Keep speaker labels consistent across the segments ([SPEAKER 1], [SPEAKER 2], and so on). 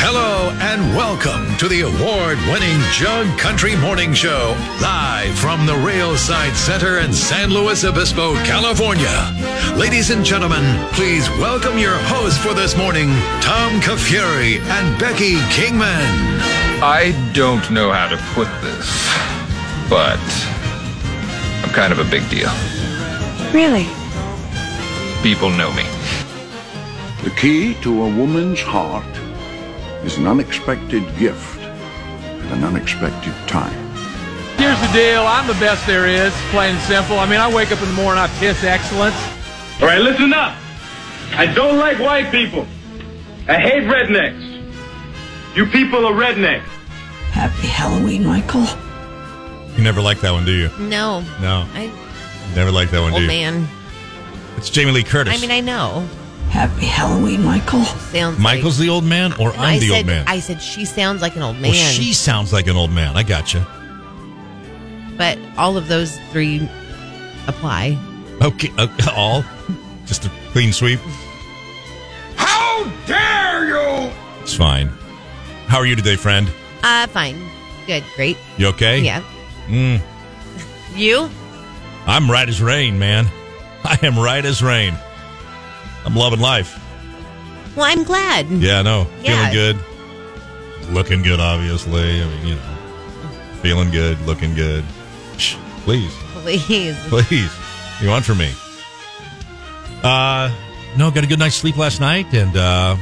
[SPEAKER 1] Hello and welcome to the award winning Jug Country Morning Show, live from the Railside Center in San Luis Obispo, California. Ladies and gentlemen, please welcome your hosts for this morning, Tom Kafuri and Becky Kingman.
[SPEAKER 2] I don't know how to put this, but I'm kind of a big deal.
[SPEAKER 3] Really?
[SPEAKER 2] People know me.
[SPEAKER 4] The key to a woman's heart is an unexpected gift at an unexpected time.
[SPEAKER 5] Here's the deal. I'm the best there is, plain and simple. I mean, I wake up in the morning, I piss excellence.
[SPEAKER 6] All right, listen up. I don't like white people. I hate rednecks. You people are rednecks.
[SPEAKER 7] Happy Halloween, Michael.
[SPEAKER 8] You never like that one, do you?
[SPEAKER 9] No.
[SPEAKER 8] No.
[SPEAKER 9] I,
[SPEAKER 8] Never like that one, do
[SPEAKER 9] old
[SPEAKER 8] you?
[SPEAKER 9] man.
[SPEAKER 8] It's Jamie Lee Curtis.
[SPEAKER 9] I mean, I know.
[SPEAKER 7] Happy Halloween, Michael.
[SPEAKER 9] Sounds
[SPEAKER 8] Michael's
[SPEAKER 9] like,
[SPEAKER 8] the old man, or I'm
[SPEAKER 9] I
[SPEAKER 8] the
[SPEAKER 9] said,
[SPEAKER 8] old man.
[SPEAKER 9] I said she sounds like an old man.
[SPEAKER 8] well, she sounds like an old man. I gotcha.
[SPEAKER 9] but all of those three apply.
[SPEAKER 8] Okay, uh, all just a clean sweep.
[SPEAKER 2] How dare you!
[SPEAKER 8] It's fine. How are you today, friend?
[SPEAKER 9] Uh, fine. Good. Great.
[SPEAKER 8] You okay?
[SPEAKER 9] Yeah.
[SPEAKER 8] Mm,
[SPEAKER 9] You?
[SPEAKER 8] I'm right as rain, man. I am right as rain. I'm loving life.
[SPEAKER 9] Well, I'm glad.
[SPEAKER 8] Yeah, I know.
[SPEAKER 9] Yeah.
[SPEAKER 8] Feeling good. Looking good, obviously. I mean, you know, feeling good, looking good. Shh, please.
[SPEAKER 9] Please.
[SPEAKER 8] please. You want from me? Uh, no, got a good night's sleep last night, and uh,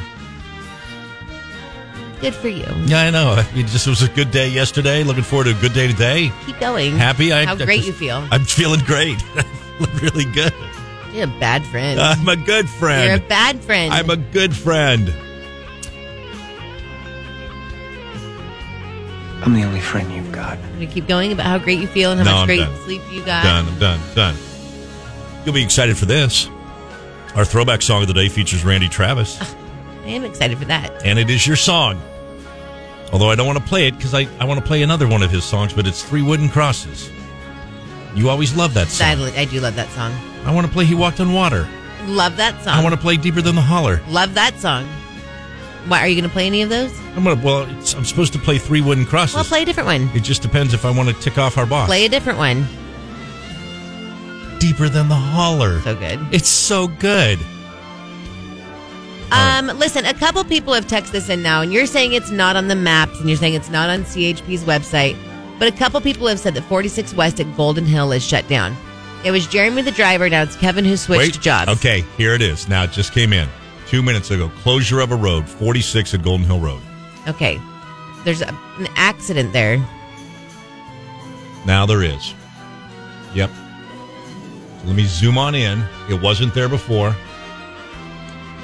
[SPEAKER 9] Good for you.
[SPEAKER 8] yeah, I know it just was a good day yesterday. Looking forward to a good day today.
[SPEAKER 9] Keep going.
[SPEAKER 8] Happy. I,
[SPEAKER 9] How
[SPEAKER 8] I
[SPEAKER 9] great
[SPEAKER 8] just-
[SPEAKER 9] you feel.
[SPEAKER 8] I'm feeling great. Look really good.
[SPEAKER 9] You're a bad friend.
[SPEAKER 8] I'm a good
[SPEAKER 9] You're a
[SPEAKER 8] friend.
[SPEAKER 9] bad friend.
[SPEAKER 8] Uh, I'm a good friend.
[SPEAKER 5] I'm the only friend you've got.
[SPEAKER 9] I'm gonna keep going about how great you feel and how
[SPEAKER 8] No,
[SPEAKER 9] much
[SPEAKER 8] I'm
[SPEAKER 9] great
[SPEAKER 8] done.
[SPEAKER 9] sleep you got.
[SPEAKER 8] done. I'm done. Done. You'll be excited for this. Our throwback song of the day features Randy Travis.
[SPEAKER 9] I am excited for that.
[SPEAKER 8] and it is your song. Although I don't want to play it because I, I want to play another one of his songs, but it's Three Wooden Crosses. You always love that
[SPEAKER 9] I,
[SPEAKER 8] song.
[SPEAKER 9] lo- I do love that song.
[SPEAKER 8] I want to play He Walked on Water.
[SPEAKER 9] Love that song.
[SPEAKER 8] I want to play Deeper Than the Holler.
[SPEAKER 9] Love that song. Why are you gonna play any of those?
[SPEAKER 8] I'm gonna well, it's, I'm supposed to play Three Wooden Crosses.
[SPEAKER 9] Well, play a different one.
[SPEAKER 8] It just depends if I want to tick off our box.
[SPEAKER 9] Play a different one.
[SPEAKER 8] Deeper Than the Holler.
[SPEAKER 9] So good.
[SPEAKER 8] It's so good.
[SPEAKER 9] Um, listen, a couple people have texted this in now, and you're saying it's not on the maps, and you're saying it's not on CHP's website. But a couple people have said that 46 West at Golden Hill is shut down. It was Jeremy the driver. Now it's Kevin who switched
[SPEAKER 8] Wait.
[SPEAKER 9] jobs.
[SPEAKER 8] Okay, here it is. Now it just came in two minutes ago. Closure of a road, 46 at Golden Hill Road.
[SPEAKER 9] Okay. There's a, an accident there.
[SPEAKER 8] Now there is. Yep. So let me zoom on in. It wasn't there before.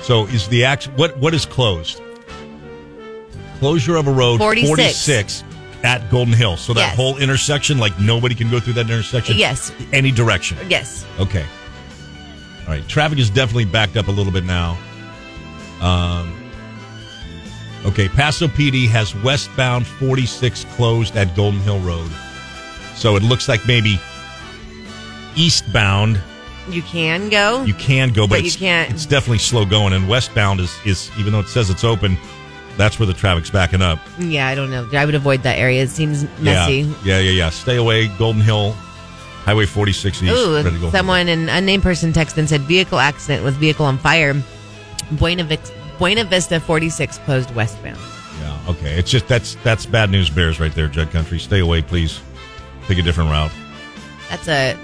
[SPEAKER 8] So is the act what what is closed? Closure of a road
[SPEAKER 9] 46.
[SPEAKER 8] 46 at Golden Hill. So that
[SPEAKER 9] Yes.
[SPEAKER 8] whole intersection, like nobody can go through that intersection.
[SPEAKER 9] Yes.
[SPEAKER 8] Any direction.
[SPEAKER 9] Yes.
[SPEAKER 8] Okay. All right. Traffic is definitely backed up a little bit now. Um, okay. Paso PD has westbound 46 closed at Golden Hill Road. So it looks like maybe eastbound
[SPEAKER 9] You can go.
[SPEAKER 8] you can go, but,
[SPEAKER 9] But you
[SPEAKER 8] it's,
[SPEAKER 9] can't.
[SPEAKER 8] It's definitely slow going. And westbound is, is even though it says it's open, that's where the traffic's backing up.
[SPEAKER 9] yeah, I don't know. I would avoid that area. It seems messy.
[SPEAKER 8] Yeah. Yeah. Yeah. Yeah. Stay away. Golden Hill, Highway 46 East. Ready to go.
[SPEAKER 9] Ooh, someone, an unnamed person texted and said vehicle accident with vehicle on fire. Buena, Vic- Buena Vista 46 closed westbound.
[SPEAKER 8] Yeah. Okay. It's just that's that's bad news bears right there, Jug Country. Stay away, please. Take a different route.
[SPEAKER 9] That's a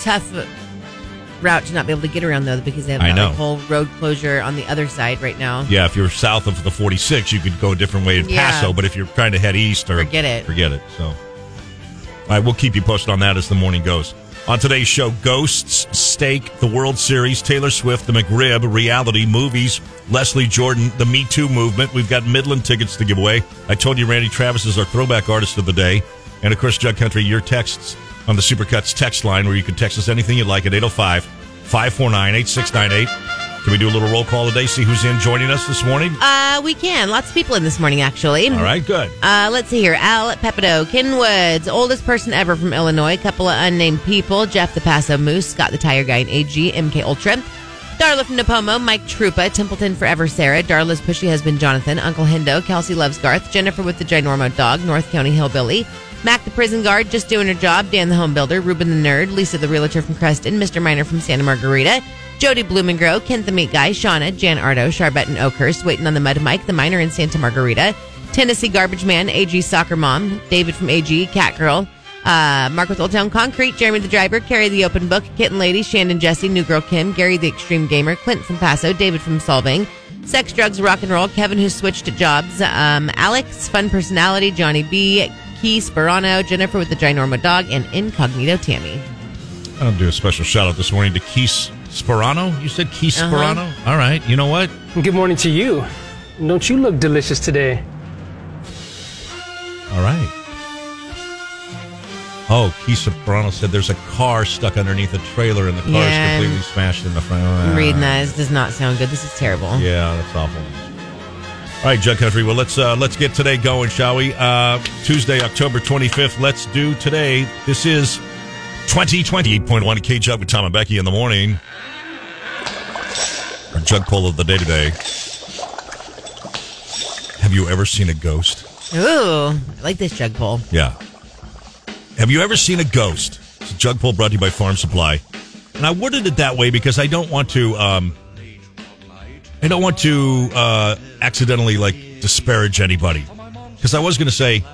[SPEAKER 9] tough route to not be able to get around though because they have
[SPEAKER 8] I
[SPEAKER 9] that
[SPEAKER 8] know.
[SPEAKER 9] like, whole road closure on the other side right now.
[SPEAKER 8] Yeah. If you're south of the 46, you could go a different way to
[SPEAKER 9] Yeah.
[SPEAKER 8] Paso. But if you're trying to head east, or
[SPEAKER 9] Forget it.
[SPEAKER 8] Forget it. So, all right, we'll keep you posted on that as the morning goes. On today's show, ghosts, stake, the World Series, Taylor Swift, the McRib, reality movies, Leslie Jordan, the Me Too movement. We've got Midland tickets to give away. I told you Randy Travis is our throwback artist of the day, and of course, Jug Country, your texts on the Supercuts text line, where you can text us anything you'd like at 805 549 8698. Can we do a little roll call today? See who's in joining us this morning?
[SPEAKER 9] Uh, we can. Lots of people in this morning, actually.
[SPEAKER 8] All right, good.
[SPEAKER 9] Uh, let's see here. Al Pepito, Kinwoods, oldest person ever from Illinois, couple of unnamed people, Jeff the Paso Moose, Scott the Tire Guy, and AG, MK Ultra, Darla from Napomo, Mike Trupa, Templeton Forever Sarah, Darla's pushy husband Jonathan, Uncle Hendo, Kelsey Loves Garth, Jennifer with the Ginormo Dog, North County Hillbilly, Mac the Prison Guard, just doing her job, Dan the Home Builder, Ruben the Nerd, Lisa the Realtor from Creston, Mr. Miner from Santa Margarita, Jody Blumengrow, Kent the Meat Guy, Shauna, Jan Ardo, Charbette and Oakhurst, Waiting on the Mud Mike, the Miner in Santa Margarita, Tennessee Garbage Man, AG Soccer Mom, David from AG, Cat Girl, uh, Mark with Old Town Concrete, Jeremy the Driver, Carrie the Open Book, Kitten Lady, Shannon Jesse, New Girl Kim, Gary the Extreme Gamer, Clint from Paso, David from Solving, Sex, Drugs, Rock and Roll, Kevin who switched to jobs, um, Alex, Fun Personality, Johnny B, Key Sperano, Jennifer with the Ginormo Dog, and Incognito Tammy.
[SPEAKER 8] I'll do a special shout out this morning to Keith Sperano. You said Keith
[SPEAKER 9] Uh-huh.
[SPEAKER 8] Sperano? All right. You know what?
[SPEAKER 3] Good morning to you. Don't you look delicious today?
[SPEAKER 8] All right. Oh, Keith Soprano said there's a car stuck underneath a trailer and the car
[SPEAKER 9] Yeah.
[SPEAKER 8] is completely smashed in the front.
[SPEAKER 9] I'm reading that. This does not sound good. This is terrible.
[SPEAKER 8] Yeah, that's awful. All right, Jug Country. Well, let's uh, let's get today going, shall we? Uh, Tuesday, October 25th. Let's do today. This is 2028.1 K Jug with Tom and Becky in the morning. Our jug poll of the day today. Have you ever seen a ghost?
[SPEAKER 9] Ooh, I like this jug pole.
[SPEAKER 8] Yeah. Have you ever seen a ghost? It's a jug pull brought to you by Farm Supply. And I worded it that way because I don't want to, um, I don't want to uh, accidentally like disparage anybody. Because I was going to say,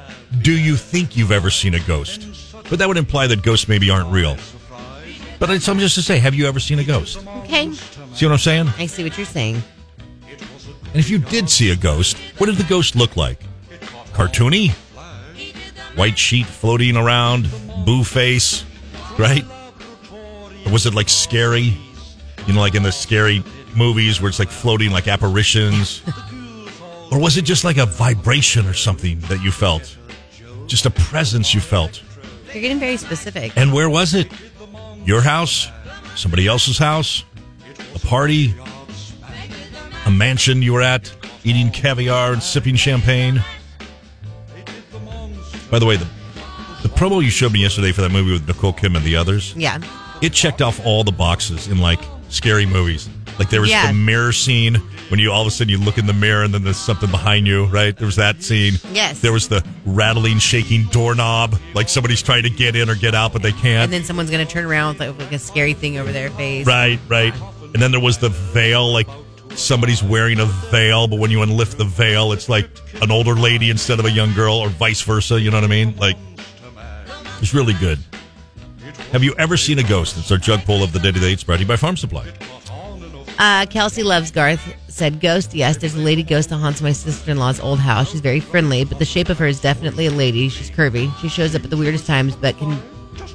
[SPEAKER 8] do you think you've ever seen a ghost? But that would imply that ghosts maybe aren't real. But it's, I'm just to say, have you ever seen a ghost?
[SPEAKER 9] Okay,
[SPEAKER 8] See what I'm saying?
[SPEAKER 9] I see what you're saying.
[SPEAKER 8] And if you did see a ghost, what did the ghost look like? Cartoony? White sheet floating around, boo face, right? Or was it like scary? You know, like in the scary movies where it's like floating like apparitions? or was it just like a vibration or something that you felt? Just a presence you felt?
[SPEAKER 9] You're getting very specific.
[SPEAKER 8] And where was it? Your house? Somebody else's house? A party? A mansion you were at? Eating caviar and sipping champagne? By the way, the, the promo you showed me yesterday for that movie with Nicole Kim and the others,
[SPEAKER 9] Yeah.
[SPEAKER 8] it checked off all the boxes in like scary movies. Like there was
[SPEAKER 9] Yeah.
[SPEAKER 8] the mirror scene when you all of a sudden you look in the mirror and then there's something behind you, right? There was that scene.
[SPEAKER 9] Yes.
[SPEAKER 8] There was the rattling, shaking doorknob, like somebody's trying to get in or get out, but they can't.
[SPEAKER 9] and then someone's gonna turn around with like, like a scary thing over their face.
[SPEAKER 8] Right, right. And then there was the veil, like somebody's wearing a veil, but when you unlift the veil, it's like an older lady instead of a young girl, or vice versa. You know what I mean? Like, it's really good. Have you ever seen a ghost? It's our jug poll of the day today. It's brought to you by Farm Supply.
[SPEAKER 9] Uh, Kelsey loves Garth. Said ghost. Yes, there's a lady ghost that haunts my sister-in-law's old house. She's very friendly, but the shape of her is definitely a lady. She's curvy. She shows up at the weirdest times, but can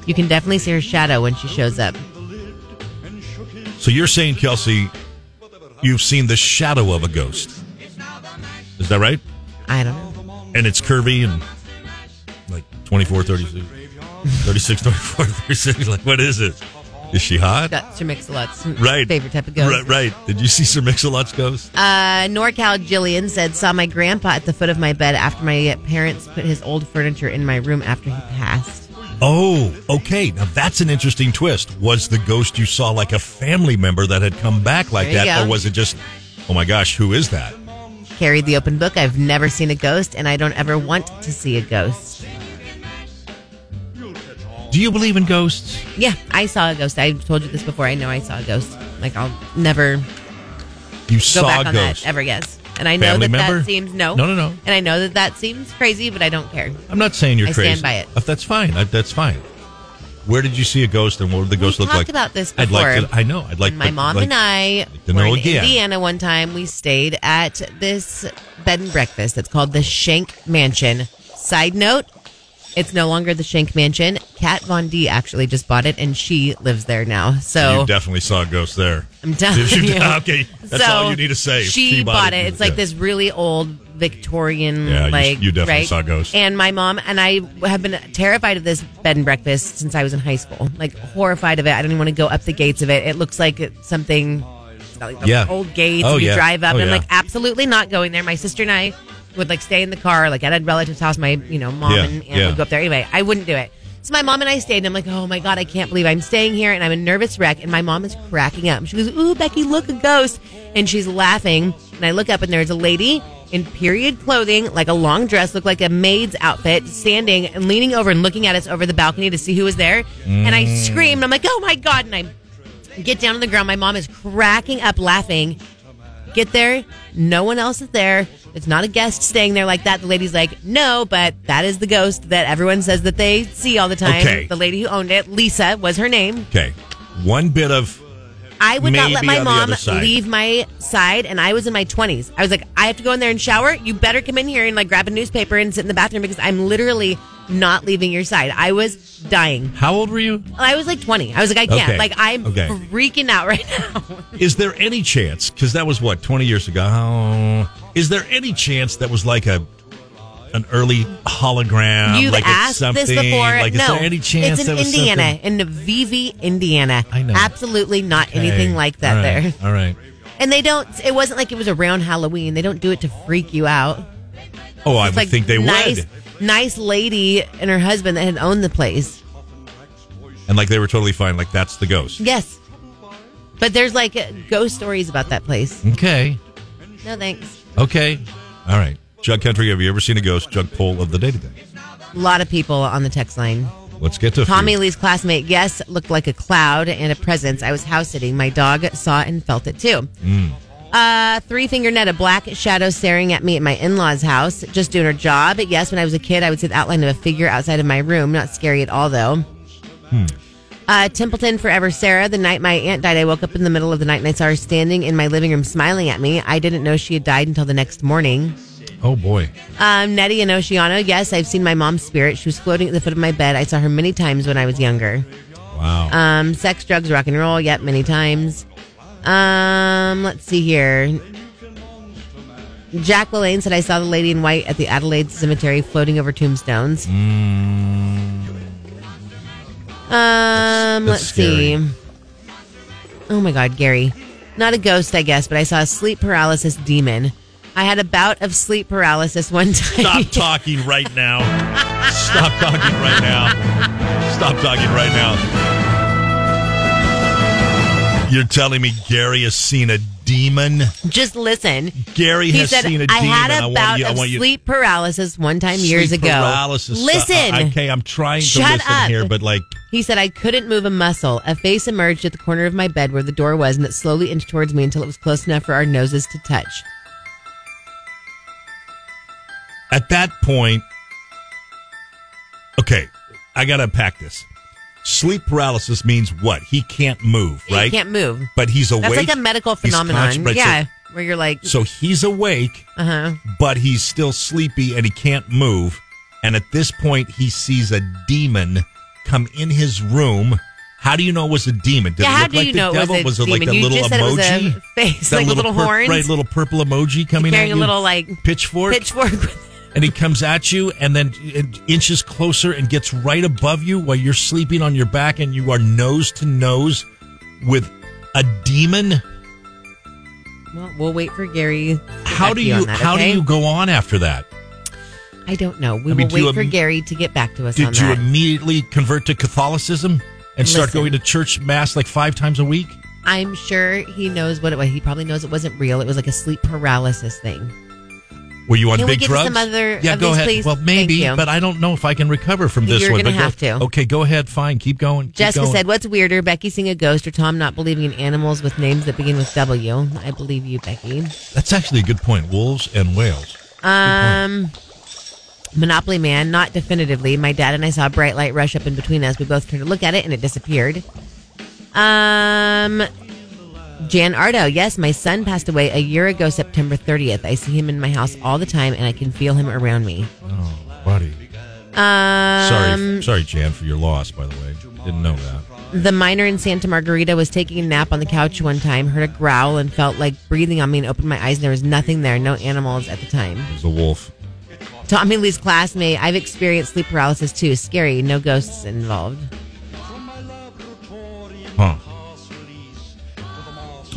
[SPEAKER 9] you can definitely see her shadow when she shows up.
[SPEAKER 8] So you're saying, Kelsey, you've seen the shadow of a ghost. Is that right?
[SPEAKER 9] I don't know.
[SPEAKER 8] And it's curvy and like 24, 36, 36, 24, 36. Like, what is it? Is she hot?
[SPEAKER 9] That's Sir Mix-a-Lot's
[SPEAKER 8] Right.
[SPEAKER 9] favorite type of ghost.
[SPEAKER 8] Right, right. Did you see Sir Mix-a-Lot's ghost?
[SPEAKER 9] Uh, NorCal Jillian said, saw my grandpa at the foot of my bed after my parents put his old furniture in my room after he passed.
[SPEAKER 8] oh, okay. Now that's an interesting twist. Was the ghost you saw like a family member that had come back like
[SPEAKER 9] There you
[SPEAKER 8] that?
[SPEAKER 9] go.
[SPEAKER 8] Or was it just, oh my gosh, who is that?
[SPEAKER 9] Carried the open book. I've never seen a ghost, and I don't ever want to see a ghost.
[SPEAKER 8] Do you believe in ghosts?
[SPEAKER 9] Yeah, I saw a ghost. I told you this before. I know I saw a ghost. Like I'll never
[SPEAKER 8] You
[SPEAKER 9] go
[SPEAKER 8] saw
[SPEAKER 9] back
[SPEAKER 8] a
[SPEAKER 9] on
[SPEAKER 8] ghost.
[SPEAKER 9] that ever. Yes, and I know
[SPEAKER 8] Family
[SPEAKER 9] that
[SPEAKER 8] member?
[SPEAKER 9] that seems no,
[SPEAKER 8] No, no, no.
[SPEAKER 9] and I know that that seems crazy, but I don't care.
[SPEAKER 8] I'm not saying you're
[SPEAKER 9] I
[SPEAKER 8] crazy.
[SPEAKER 9] stand by it.
[SPEAKER 8] Uh, That's fine. I, that's fine. Where did you see a ghost and what did the ghost look
[SPEAKER 9] talked
[SPEAKER 8] like?
[SPEAKER 9] about this
[SPEAKER 8] I'd like
[SPEAKER 9] before.
[SPEAKER 8] to, I know. I'd like
[SPEAKER 9] my
[SPEAKER 8] to-
[SPEAKER 9] mom
[SPEAKER 8] like-
[SPEAKER 9] and I
[SPEAKER 8] to
[SPEAKER 9] were
[SPEAKER 8] know
[SPEAKER 9] in
[SPEAKER 8] again.
[SPEAKER 9] Indiana one time. We stayed at this bed and breakfast that's called the Shank Mansion. Side note, it's no longer the Shank Mansion. Kat Von D actually just bought it, and she lives there now. So
[SPEAKER 8] You definitely saw a ghost there.
[SPEAKER 9] I'm telling you.
[SPEAKER 8] Okay. That's all you need to say.
[SPEAKER 9] She bought it. It's like
[SPEAKER 8] Yeah.
[SPEAKER 9] this really old Victorian,
[SPEAKER 8] Yeah, you-
[SPEAKER 9] like
[SPEAKER 8] you definitely
[SPEAKER 9] right?
[SPEAKER 8] saw ghosts.
[SPEAKER 9] And my mom and I have been terrified of this bed and breakfast since I was in high school. Like horrified of it. I don't even want to go up the gates of it. It looks like it's something. It's not like the
[SPEAKER 8] Yeah.
[SPEAKER 9] old gates.
[SPEAKER 8] Oh,
[SPEAKER 9] and you
[SPEAKER 8] yeah.
[SPEAKER 9] drive up.
[SPEAKER 8] Oh,
[SPEAKER 9] and I'm
[SPEAKER 8] yeah.
[SPEAKER 9] like, absolutely not going there. My sister and I would like stay in the car, like at a relative's house. My you know mom
[SPEAKER 8] Yeah,
[SPEAKER 9] and aunt
[SPEAKER 8] yeah.
[SPEAKER 9] would go up there anyway. I wouldn't do it. So my mom and I stayed, and I'm like, oh my god, I can't believe I'm staying here, and I'm a nervous wreck. And my mom is cracking up. She goes, ooh, Becky, look a ghost, and she's laughing. And I look up, and there's a lady in period clothing, like a long dress, looked like a maid's outfit, standing and leaning over and looking at us over the balcony to see who was there. And I
[SPEAKER 8] Mm.
[SPEAKER 9] screamed, I'm like, oh my god, and I get down on the ground. My mom is cracking up laughing. Get there. No one else is there. It's not a guest staying there like that. The lady's like, no, but that is the ghost that everyone says that they see all the time.
[SPEAKER 8] Okay.
[SPEAKER 9] The lady who owned it, Lisa, was her name.
[SPEAKER 8] Okay. One bit of
[SPEAKER 9] I would not let
[SPEAKER 8] Maybe
[SPEAKER 9] my
[SPEAKER 8] on the
[SPEAKER 9] mom
[SPEAKER 8] other side.
[SPEAKER 9] leave my side, and I was in my 20s. I was like, I have to go in there and shower. You better come in here and like grab a newspaper and sit in the bathroom because I'm literally not leaving your side. I was dying.
[SPEAKER 8] how old were you?
[SPEAKER 9] I was like 20. I was like, I can't.
[SPEAKER 8] Okay.
[SPEAKER 9] Like, I'm
[SPEAKER 8] Okay.
[SPEAKER 9] freaking out right now.
[SPEAKER 8] Is there any chance? Because that was what twenty years ago. Oh, is there any chance that was like a an early hologram?
[SPEAKER 9] You've
[SPEAKER 8] Um, like it's
[SPEAKER 9] asked
[SPEAKER 8] something,
[SPEAKER 9] this before.
[SPEAKER 8] Like, is
[SPEAKER 9] no,
[SPEAKER 8] there any chance
[SPEAKER 9] it's in
[SPEAKER 8] that was
[SPEAKER 9] Indiana,
[SPEAKER 8] something-
[SPEAKER 9] in VV, Indiana.
[SPEAKER 8] I know.
[SPEAKER 9] absolutely not anything
[SPEAKER 8] Okay.
[SPEAKER 9] like that
[SPEAKER 8] All right.
[SPEAKER 9] there.
[SPEAKER 8] All right.
[SPEAKER 9] And they don't. It wasn't like it was around Halloween. They don't do it to freak you out.
[SPEAKER 8] Oh, I
[SPEAKER 9] It's
[SPEAKER 8] would
[SPEAKER 9] like
[SPEAKER 8] think they
[SPEAKER 9] nice,
[SPEAKER 8] would,
[SPEAKER 9] Nice lady and her husband that had owned the place.
[SPEAKER 8] and like they were totally fine. Like that's the ghost.
[SPEAKER 9] Yes, but there's like ghost stories about that place.
[SPEAKER 8] Okay.
[SPEAKER 9] No thanks.
[SPEAKER 8] Okay. All right. Jug Country, have you ever seen a ghost? Jug poll of the day today.
[SPEAKER 9] A lot of people on the text line.
[SPEAKER 8] Let's get to a few.
[SPEAKER 9] Tommy Lee's classmate, yes, looked like a cloud and a presence. I was house sitting. My dog saw and felt it too. Uh, three finger net, a black shadow staring at me at my in law's house, just doing her job. Yes, when I was a kid, I would see the outline of a figure outside of my room. Not scary at all, though. Uh, Templeton Forever Sarah. The night my aunt died, I woke up in the middle of the night and I saw her standing in my living room smiling at me. I didn't know she had died until the next morning.
[SPEAKER 8] Oh boy.
[SPEAKER 9] Um, Nettie and Oceano. Yes, I've seen my mom's spirit. She was floating at the foot of my bed. I saw her many times when I was younger.
[SPEAKER 8] Wow.
[SPEAKER 9] Um, sex, drugs, rock and roll. Yep, many times. Um, let's see here. Jack Lalanne said I saw the lady in white at the Adelaide Cemetery floating over tombstones.
[SPEAKER 8] Mm.
[SPEAKER 9] Um,
[SPEAKER 8] that's
[SPEAKER 9] let's
[SPEAKER 8] scary.
[SPEAKER 9] see. Oh my God, Gary. Not a ghost, I guess, but I saw a sleep paralysis demon. I had a bout of sleep paralysis one time.
[SPEAKER 8] Stop talking right now. Stop talking right now. Stop talking right now. You're telling me Gary has seen a demon?
[SPEAKER 9] Just listen.
[SPEAKER 8] Gary
[SPEAKER 9] He
[SPEAKER 8] has
[SPEAKER 9] said,
[SPEAKER 8] seen a
[SPEAKER 9] I
[SPEAKER 8] demon.
[SPEAKER 9] had
[SPEAKER 8] I
[SPEAKER 9] a
[SPEAKER 8] want
[SPEAKER 9] bout
[SPEAKER 8] you- I
[SPEAKER 9] of
[SPEAKER 8] want you-
[SPEAKER 9] sleep paralysis one time years
[SPEAKER 8] Sleep
[SPEAKER 9] ago.
[SPEAKER 8] paralysis.
[SPEAKER 9] Listen.
[SPEAKER 8] Uh, okay, I'm trying to
[SPEAKER 9] Shut
[SPEAKER 8] listen
[SPEAKER 9] up.
[SPEAKER 8] here, but like,
[SPEAKER 9] He said, I couldn't move a muscle. A face emerged at the corner of my bed where the door was, and it slowly inched towards me until it was close enough for our noses to touch.
[SPEAKER 8] at that point, okay, I gotta unpack this. Sleep paralysis means what? He can't move, right?
[SPEAKER 9] He can't move.
[SPEAKER 8] But he's awake.
[SPEAKER 9] That's like a medical
[SPEAKER 8] He's conscious,
[SPEAKER 9] phenomenon.
[SPEAKER 8] right? So-
[SPEAKER 9] Yeah. where you're like,
[SPEAKER 8] So he's awake,
[SPEAKER 9] uh huh.
[SPEAKER 8] but he's still sleepy and he can't move. And at this point, he sees a demon come in his room. How do you know it was a demon? Did it
[SPEAKER 9] Yeah, how
[SPEAKER 8] look
[SPEAKER 9] do
[SPEAKER 8] like
[SPEAKER 9] you
[SPEAKER 8] the
[SPEAKER 9] know it was
[SPEAKER 8] devil?
[SPEAKER 9] a
[SPEAKER 8] it like
[SPEAKER 9] demon?
[SPEAKER 8] a
[SPEAKER 9] You
[SPEAKER 8] little
[SPEAKER 9] just said it was
[SPEAKER 8] emoji?
[SPEAKER 9] a face,
[SPEAKER 8] That
[SPEAKER 9] like little
[SPEAKER 8] pur-
[SPEAKER 9] horns?
[SPEAKER 8] Right, little purple emoji coming
[SPEAKER 9] Carrying
[SPEAKER 8] at
[SPEAKER 9] a
[SPEAKER 8] you?
[SPEAKER 9] little, like,
[SPEAKER 8] pitchfork.
[SPEAKER 9] pitchfork.
[SPEAKER 8] and he comes at you and then it inches closer and gets right above you while you're sleeping on your back and you are nose to nose with a demon.
[SPEAKER 9] well, we'll wait for Gary. to get
[SPEAKER 8] How
[SPEAKER 9] back
[SPEAKER 8] do
[SPEAKER 9] to on
[SPEAKER 8] you
[SPEAKER 9] that,
[SPEAKER 8] how
[SPEAKER 9] okay?
[SPEAKER 8] do you go on after that?
[SPEAKER 9] I don't know. We
[SPEAKER 8] I mean,
[SPEAKER 9] will
[SPEAKER 8] do you
[SPEAKER 9] wait for
[SPEAKER 8] im-
[SPEAKER 9] Gary to get back to us on
[SPEAKER 8] Did you
[SPEAKER 9] that.
[SPEAKER 8] immediately convert to Catholicism and start
[SPEAKER 9] Listen.
[SPEAKER 8] going to church mass like five times a week?
[SPEAKER 9] I'm sure he knows what it was. He probably knows it wasn't real. It was like a sleep paralysis thing.
[SPEAKER 8] Were you on
[SPEAKER 9] Can we
[SPEAKER 8] big
[SPEAKER 9] get to
[SPEAKER 8] drugs?
[SPEAKER 9] some other
[SPEAKER 8] yeah,
[SPEAKER 9] of
[SPEAKER 8] go
[SPEAKER 9] these,
[SPEAKER 8] ahead.
[SPEAKER 9] please?
[SPEAKER 8] Well, maybe,
[SPEAKER 9] Thank you.
[SPEAKER 8] but I don't know if I can recover from this
[SPEAKER 9] You're
[SPEAKER 8] one.
[SPEAKER 9] gonna
[SPEAKER 8] but go-
[SPEAKER 9] have to.
[SPEAKER 8] Okay, go ahead. Fine, keep going. keep
[SPEAKER 9] Jessica
[SPEAKER 8] going.
[SPEAKER 9] said, "What's weirder, Becky seeing a ghost or Tom not believing in animals with names that begin with W?" I believe you, Becky.
[SPEAKER 8] "That's actually a good point. Wolves and whales."
[SPEAKER 9] Um, Monopoly Man, not definitively. My dad and I saw a bright light rush up in between us. We both turned to look at it, and it disappeared. Um, Jan Ardo, yes, my son passed away a year ago, September 30th. I see him in my house all the time, and I can feel him around me.
[SPEAKER 8] Oh, buddy. Sorry,
[SPEAKER 9] Um,
[SPEAKER 8] sorry, Jan, for your loss. By the way, didn't know that.
[SPEAKER 9] The miner in Santa Margarita was taking a nap on the couch one time, heard a growl, and felt like breathing on me and opened my eyes, and there was nothing there, no animals at the time.
[SPEAKER 8] It was a wolf.
[SPEAKER 9] Tommy Lee's classmate, I've experienced sleep paralysis too. Scary, no ghosts involved.
[SPEAKER 8] Huh.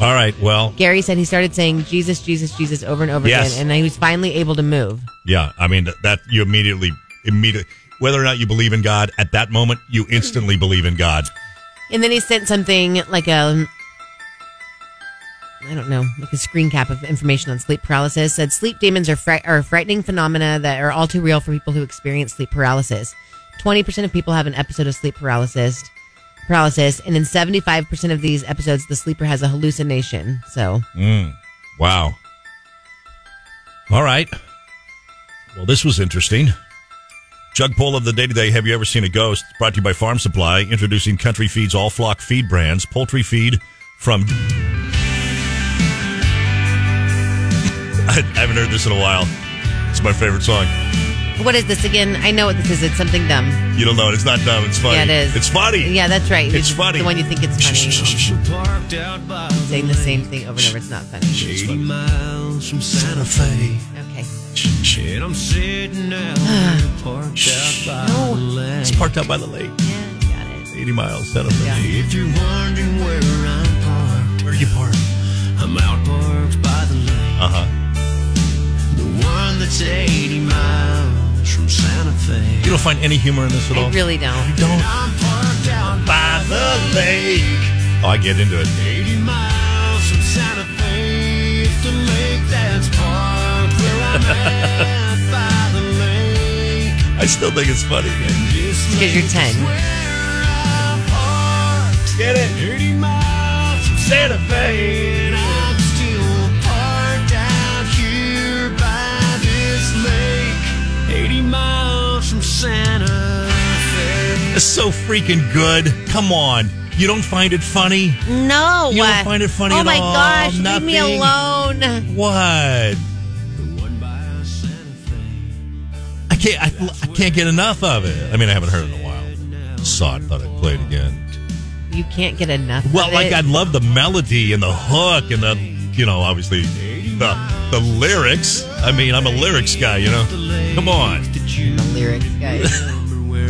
[SPEAKER 8] All right. Well,
[SPEAKER 9] Gary said he started saying Jesus, Jesus, Jesus over and over
[SPEAKER 8] Yes.
[SPEAKER 9] again, and he was finally able to move.
[SPEAKER 8] yeah. I mean, that, that you immediately, immediately, whether or not you believe in God at that moment, you instantly believe in God.
[SPEAKER 9] And then he sent something like a, I don't know, like a screen cap of information on sleep paralysis. Said sleep demons are fri- are frightening phenomena that are all too real for people who experience sleep paralysis. Twenty percent of people have an episode of sleep paralysis, paralysis, and in seventy five percent of these episodes, the sleeper has a hallucination. So
[SPEAKER 8] Wow. All right. Well, this was interesting. Jug poll of the day today. Have you ever seen a ghost? Brought to you by Farm Supply, introducing Country Feed's all flock feed brands, poultry feed from. I haven't heard this in a while. It's my favorite song.
[SPEAKER 9] what is this again? I know what this is. It's something dumb.
[SPEAKER 8] You don't know it. It's not dumb. It's funny.
[SPEAKER 9] Yeah, it is.
[SPEAKER 8] It's funny.
[SPEAKER 9] Yeah, that's right.
[SPEAKER 8] It's
[SPEAKER 9] just
[SPEAKER 8] funny.
[SPEAKER 9] The one you think it's funny.
[SPEAKER 10] Parked out by
[SPEAKER 9] Saying the same thing over and over. It's not funny.
[SPEAKER 10] 80 miles from Santa Fe.
[SPEAKER 9] Okay.
[SPEAKER 10] And I'm sitting out parked out by the
[SPEAKER 8] It's
[SPEAKER 10] lake.
[SPEAKER 8] parked out by the lake.
[SPEAKER 9] Yeah, got it.
[SPEAKER 8] 80 miles. Set up there.
[SPEAKER 9] Yeah.
[SPEAKER 10] If you're wondering where I'm parked,
[SPEAKER 8] Where you park?
[SPEAKER 10] I'm out parked by the lake.
[SPEAKER 8] Uh huh.
[SPEAKER 10] The one that's 80 miles from Santa Fe.
[SPEAKER 8] You don't find any humor in this at all?
[SPEAKER 9] I really don't.
[SPEAKER 8] don't.
[SPEAKER 10] I'm parked out by the lake.
[SPEAKER 8] Oh, I get into it.
[SPEAKER 10] 80 miles from Santa Fe. It's the lake that's parked where I'm at by the lake.
[SPEAKER 8] I still think it's funny.
[SPEAKER 9] Because you're 10.
[SPEAKER 10] Get it? 80 miles from Santa Fe. And I'm still parked out here by this lake. 80 miles from Santa Fe.
[SPEAKER 8] It's so freaking good. Come on. You don't find it funny?
[SPEAKER 9] No.
[SPEAKER 8] You don't find it funny
[SPEAKER 9] oh
[SPEAKER 8] at
[SPEAKER 9] my
[SPEAKER 8] all?
[SPEAKER 9] gosh. Leave me
[SPEAKER 8] Nothing?
[SPEAKER 9] alone.
[SPEAKER 8] What? I
[SPEAKER 10] One by Santa Fe.
[SPEAKER 8] can't. I, I can't get enough of it. I mean, I haven't heard it in a while. Saw it, thought I'd play it again.
[SPEAKER 9] You can't get enough.
[SPEAKER 8] Well,
[SPEAKER 9] of
[SPEAKER 8] like
[SPEAKER 9] it.
[SPEAKER 8] I love the melody and the hook and the, you know, obviously the the lyrics. I mean, I'm a lyrics guy. You know, come on.
[SPEAKER 9] the lyrics, guys.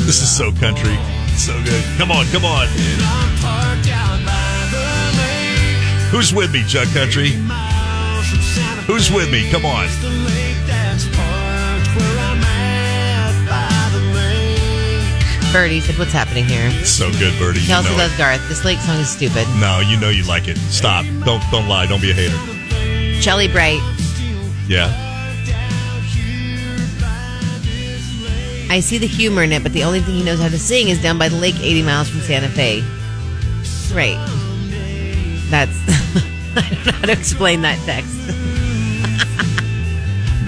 [SPEAKER 8] This is so country. So good. Come on, come on. Who's with me, Chuck Country? Who's with me? Come on.
[SPEAKER 10] The lake that's parked where I'm at by the lake.
[SPEAKER 9] Birdie said, What's happening here?
[SPEAKER 8] So good, Birdie. You
[SPEAKER 9] Kelsey
[SPEAKER 8] know
[SPEAKER 9] loves
[SPEAKER 8] it.
[SPEAKER 9] Garth. This Lake song is stupid.
[SPEAKER 8] No, you know you like it. Stop. Don't don't lie. Don't be a hater.
[SPEAKER 9] Shelly Bright.
[SPEAKER 8] Yeah.
[SPEAKER 9] I see the humor in it, but the only thing he knows how to sing is Down by the Lake, 80 miles from Santa Fe. Right. That's. I don't know how to explain that text.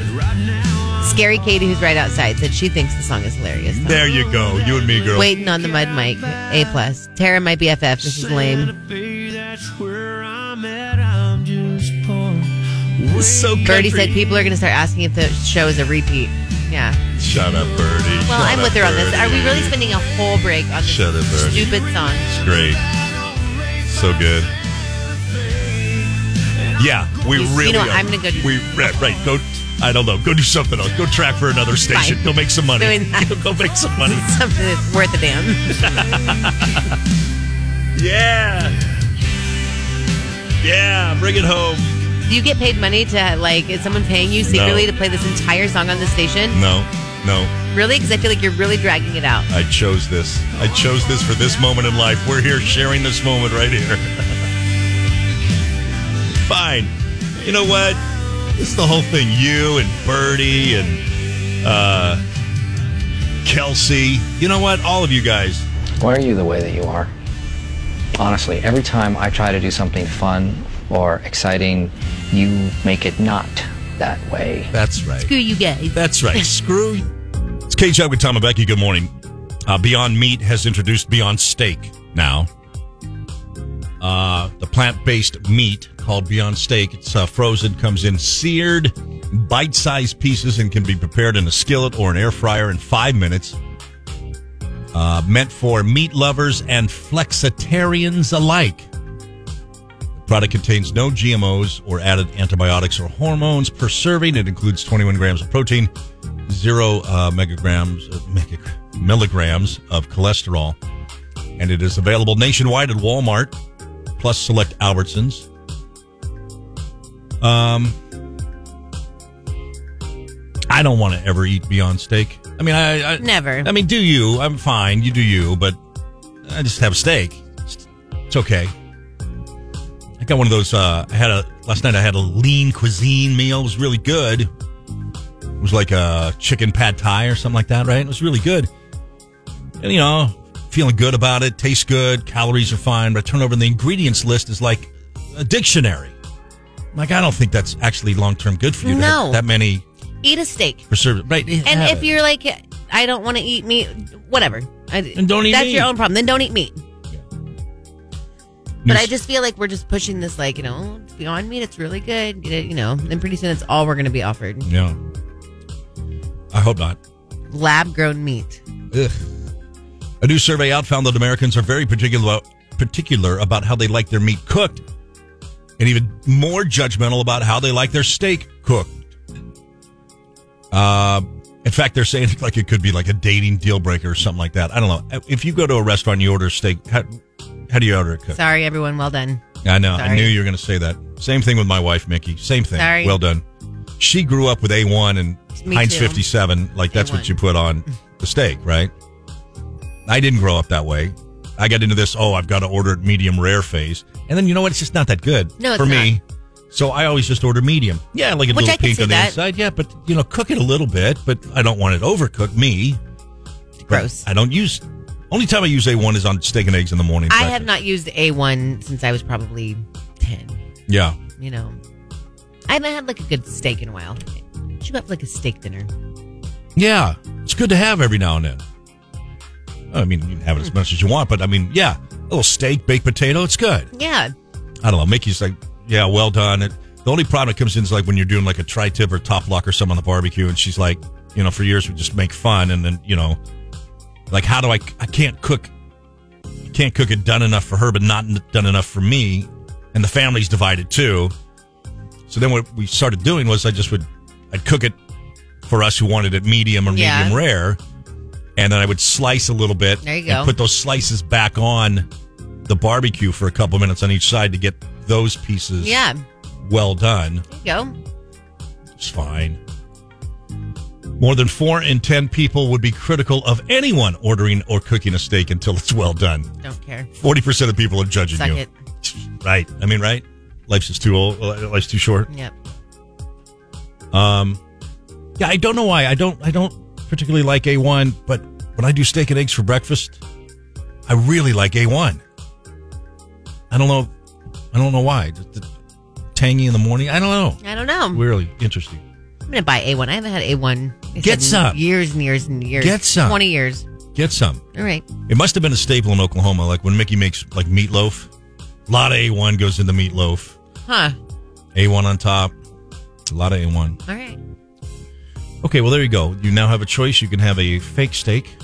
[SPEAKER 9] Scary Katie, who's right outside, said she thinks the song is hilarious.
[SPEAKER 8] There you go. You and me, girl.
[SPEAKER 9] Waiting on the mud mic. A plus. Tara, my BFF. This is lame.
[SPEAKER 10] Fe, that's where I'm at. I'm just parked.
[SPEAKER 8] It's so country.
[SPEAKER 9] Birdie said people are going to start asking if the show is a repeat. Yeah.
[SPEAKER 8] Shut up, Birdie.
[SPEAKER 9] Well,
[SPEAKER 8] Shut
[SPEAKER 9] I'm
[SPEAKER 8] up,
[SPEAKER 9] with her on this.
[SPEAKER 8] Birdie.
[SPEAKER 9] Are we really spending a whole break on this
[SPEAKER 8] Shut up, Birdie.
[SPEAKER 9] stupid song?
[SPEAKER 8] It's great. So good. Yeah, we
[SPEAKER 9] You- you
[SPEAKER 8] really.
[SPEAKER 9] know what?
[SPEAKER 8] are.
[SPEAKER 9] I'm gonna go do-
[SPEAKER 8] We right, right. Go. I don't know. Go do something else. Go track for another station.
[SPEAKER 9] Fine.
[SPEAKER 8] Go make some money.
[SPEAKER 9] Doing that.
[SPEAKER 8] Go, go make some money.
[SPEAKER 9] Something that's worth a damn.
[SPEAKER 8] Yeah. Yeah. Bring it home.
[SPEAKER 9] Do you get paid money to like? Is someone paying you secretly
[SPEAKER 8] No.
[SPEAKER 9] to play this entire song on the station?
[SPEAKER 8] No, no.
[SPEAKER 9] Really? Because I feel like you're really dragging it out.
[SPEAKER 8] I chose this. I chose this for this moment in life. We're here sharing this moment right here. Fine. You know what? This is the whole thing. You and Birdie and uh, Kelsey. You know what? All of you guys.
[SPEAKER 11] Why are you the way that you are? Honestly, every time I try to do something fun or exciting, you make it not that way.
[SPEAKER 8] That's right.
[SPEAKER 9] Screw you guys.
[SPEAKER 8] That's right. Screw. you. It's K Chubb with Tom and Becky. Good morning. Uh, Beyond Meat has introduced Beyond Steak now. Uh, the plant based meat called Beyond Steak. It's uh, frozen, comes in seared, bite sized pieces, and can be prepared in a skillet or an air fryer in five minutes. uh, meant for meat lovers and flexitarians alike. The product contains no GMOs or added antibiotics or hormones per serving. It includes 21 grams of protein, zero uh, megagrams, uh, megag- milligrams of cholesterol, and it is available nationwide at Walmart plus select Albertsons. Um, I don't want to ever eat Beyond Steak. I mean, I, I
[SPEAKER 9] Never.
[SPEAKER 8] I mean, do you? I'm fine. You do you, but I just have steak. It's okay. I got one of those. Uh, I had a last night. I had a lean cuisine meal. It was really good. It was like a chicken pad thai or something like that, right? It was really good. And you know, feeling good about it. Tastes good. Calories are fine. But I turn over and the ingredients list is like a dictionary. I'm like I don't think that's actually long term good for you. to have
[SPEAKER 9] No.
[SPEAKER 8] that many
[SPEAKER 9] Eat a steak.
[SPEAKER 8] preservatives, right?
[SPEAKER 9] And
[SPEAKER 8] have
[SPEAKER 9] if
[SPEAKER 8] it.
[SPEAKER 9] you're like, I don't want to eat meat, whatever. I,
[SPEAKER 8] Then don't eat
[SPEAKER 9] That's
[SPEAKER 8] meat.
[SPEAKER 9] your own problem. Then don't eat meat.
[SPEAKER 8] New
[SPEAKER 9] But I just feel like we're just pushing this, like you know, beyond meat. It's really good. Get it, you know. And pretty soon, it's all we're going to be offered:
[SPEAKER 8] Yeah. I hope not.
[SPEAKER 9] lab-grown meat.
[SPEAKER 8] Ugh. A new survey out found that Americans are very particular about, particular about how they like their meat cooked, and even more judgmental about how they like their steak cooked. Uh, in fact, they're saying like it could be like a dating deal breaker or something like that. I don't know. If you go to a restaurant, and you order steak. How, how do you order it cooked?
[SPEAKER 9] Sorry, everyone. Well done.
[SPEAKER 8] I know. I
[SPEAKER 9] Sorry.
[SPEAKER 8] knew you were going to say that. Same thing with my wife, Mickey. Same thing.
[SPEAKER 9] Sorry.
[SPEAKER 8] Well done. She grew up with A1 and
[SPEAKER 9] Me
[SPEAKER 8] Heinz
[SPEAKER 9] too.
[SPEAKER 8] 57. Like, that's what you put on the steak, right? I didn't grow up that way. I got into this, oh, I've got to order it medium rare phase. And then, you know what? It's just not that good
[SPEAKER 9] No, it's
[SPEAKER 8] for me. So I always just order medium. Yeah, like a
[SPEAKER 9] Which
[SPEAKER 8] little
[SPEAKER 9] I can
[SPEAKER 8] pink
[SPEAKER 9] see
[SPEAKER 8] on the
[SPEAKER 9] that.
[SPEAKER 8] inside. Yeah, but, you know, cook it a little bit, but I don't want it overcooked. Me. Gross. I don't use. Only time I use A1 is on steak and eggs in the morning.
[SPEAKER 9] I
[SPEAKER 8] breakfast.
[SPEAKER 9] have not used A1 since I was probably ten.
[SPEAKER 8] Yeah.
[SPEAKER 9] You know, I haven't had like a good steak in a while. Should have like a steak dinner.
[SPEAKER 8] Yeah, it's good to have every now and then. I mean, you can have it as much as you want, but I mean, yeah, a little steak, baked potato, it's good.
[SPEAKER 9] Yeah.
[SPEAKER 8] I don't know. Mickey's like, yeah, well done. It, the only problem that comes in is like when you're doing like a tri tip or top lock or something on the barbecue, and she's like, you know, for years we just make fun, and then you know, like how do I? I can't cook. I can't cook it done enough for her, but not done enough for me, and the family's divided too. So then what we started doing was I just would I'd cook it for us who wanted it medium or
[SPEAKER 9] Yeah.
[SPEAKER 8] medium rare, and then I would slice a little bit.
[SPEAKER 9] There you
[SPEAKER 8] and
[SPEAKER 9] go.
[SPEAKER 8] put those slices back on the barbecue for a couple minutes on each side to get those pieces
[SPEAKER 9] Yeah.
[SPEAKER 8] well done.
[SPEAKER 9] There you go.
[SPEAKER 8] It's fine. More than four in ten people would be critical of anyone ordering or cooking a steak until it's well done.
[SPEAKER 9] Don't care.
[SPEAKER 8] Forty percent of people are judging
[SPEAKER 9] Suck
[SPEAKER 8] you.
[SPEAKER 9] it.
[SPEAKER 8] Right? I mean, right? Life's just too old. Life's too short.
[SPEAKER 9] Yep.
[SPEAKER 8] Um, yeah, I don't know why. I don't. I don't particularly like A one, but when I do steak and eggs for breakfast, I really like A one. I don't know. I don't know why. Just the tangy in the morning. I don't know.
[SPEAKER 9] I don't know.
[SPEAKER 8] Really interesting.
[SPEAKER 9] I'm gonna buy A1. I haven't had A1. I
[SPEAKER 8] Get
[SPEAKER 9] said
[SPEAKER 8] some.
[SPEAKER 9] Years and years and years.
[SPEAKER 8] Get some.
[SPEAKER 9] Twenty years.
[SPEAKER 8] Get some.
[SPEAKER 9] All right.
[SPEAKER 8] It must have been a staple in Oklahoma. Like when Mickey makes like meatloaf, a lot of A one goes into meatloaf.
[SPEAKER 9] Huh.
[SPEAKER 8] A one on top. A lot of A one.
[SPEAKER 9] All right.
[SPEAKER 8] Okay, well there you go. You now have a choice. You can have a fake steak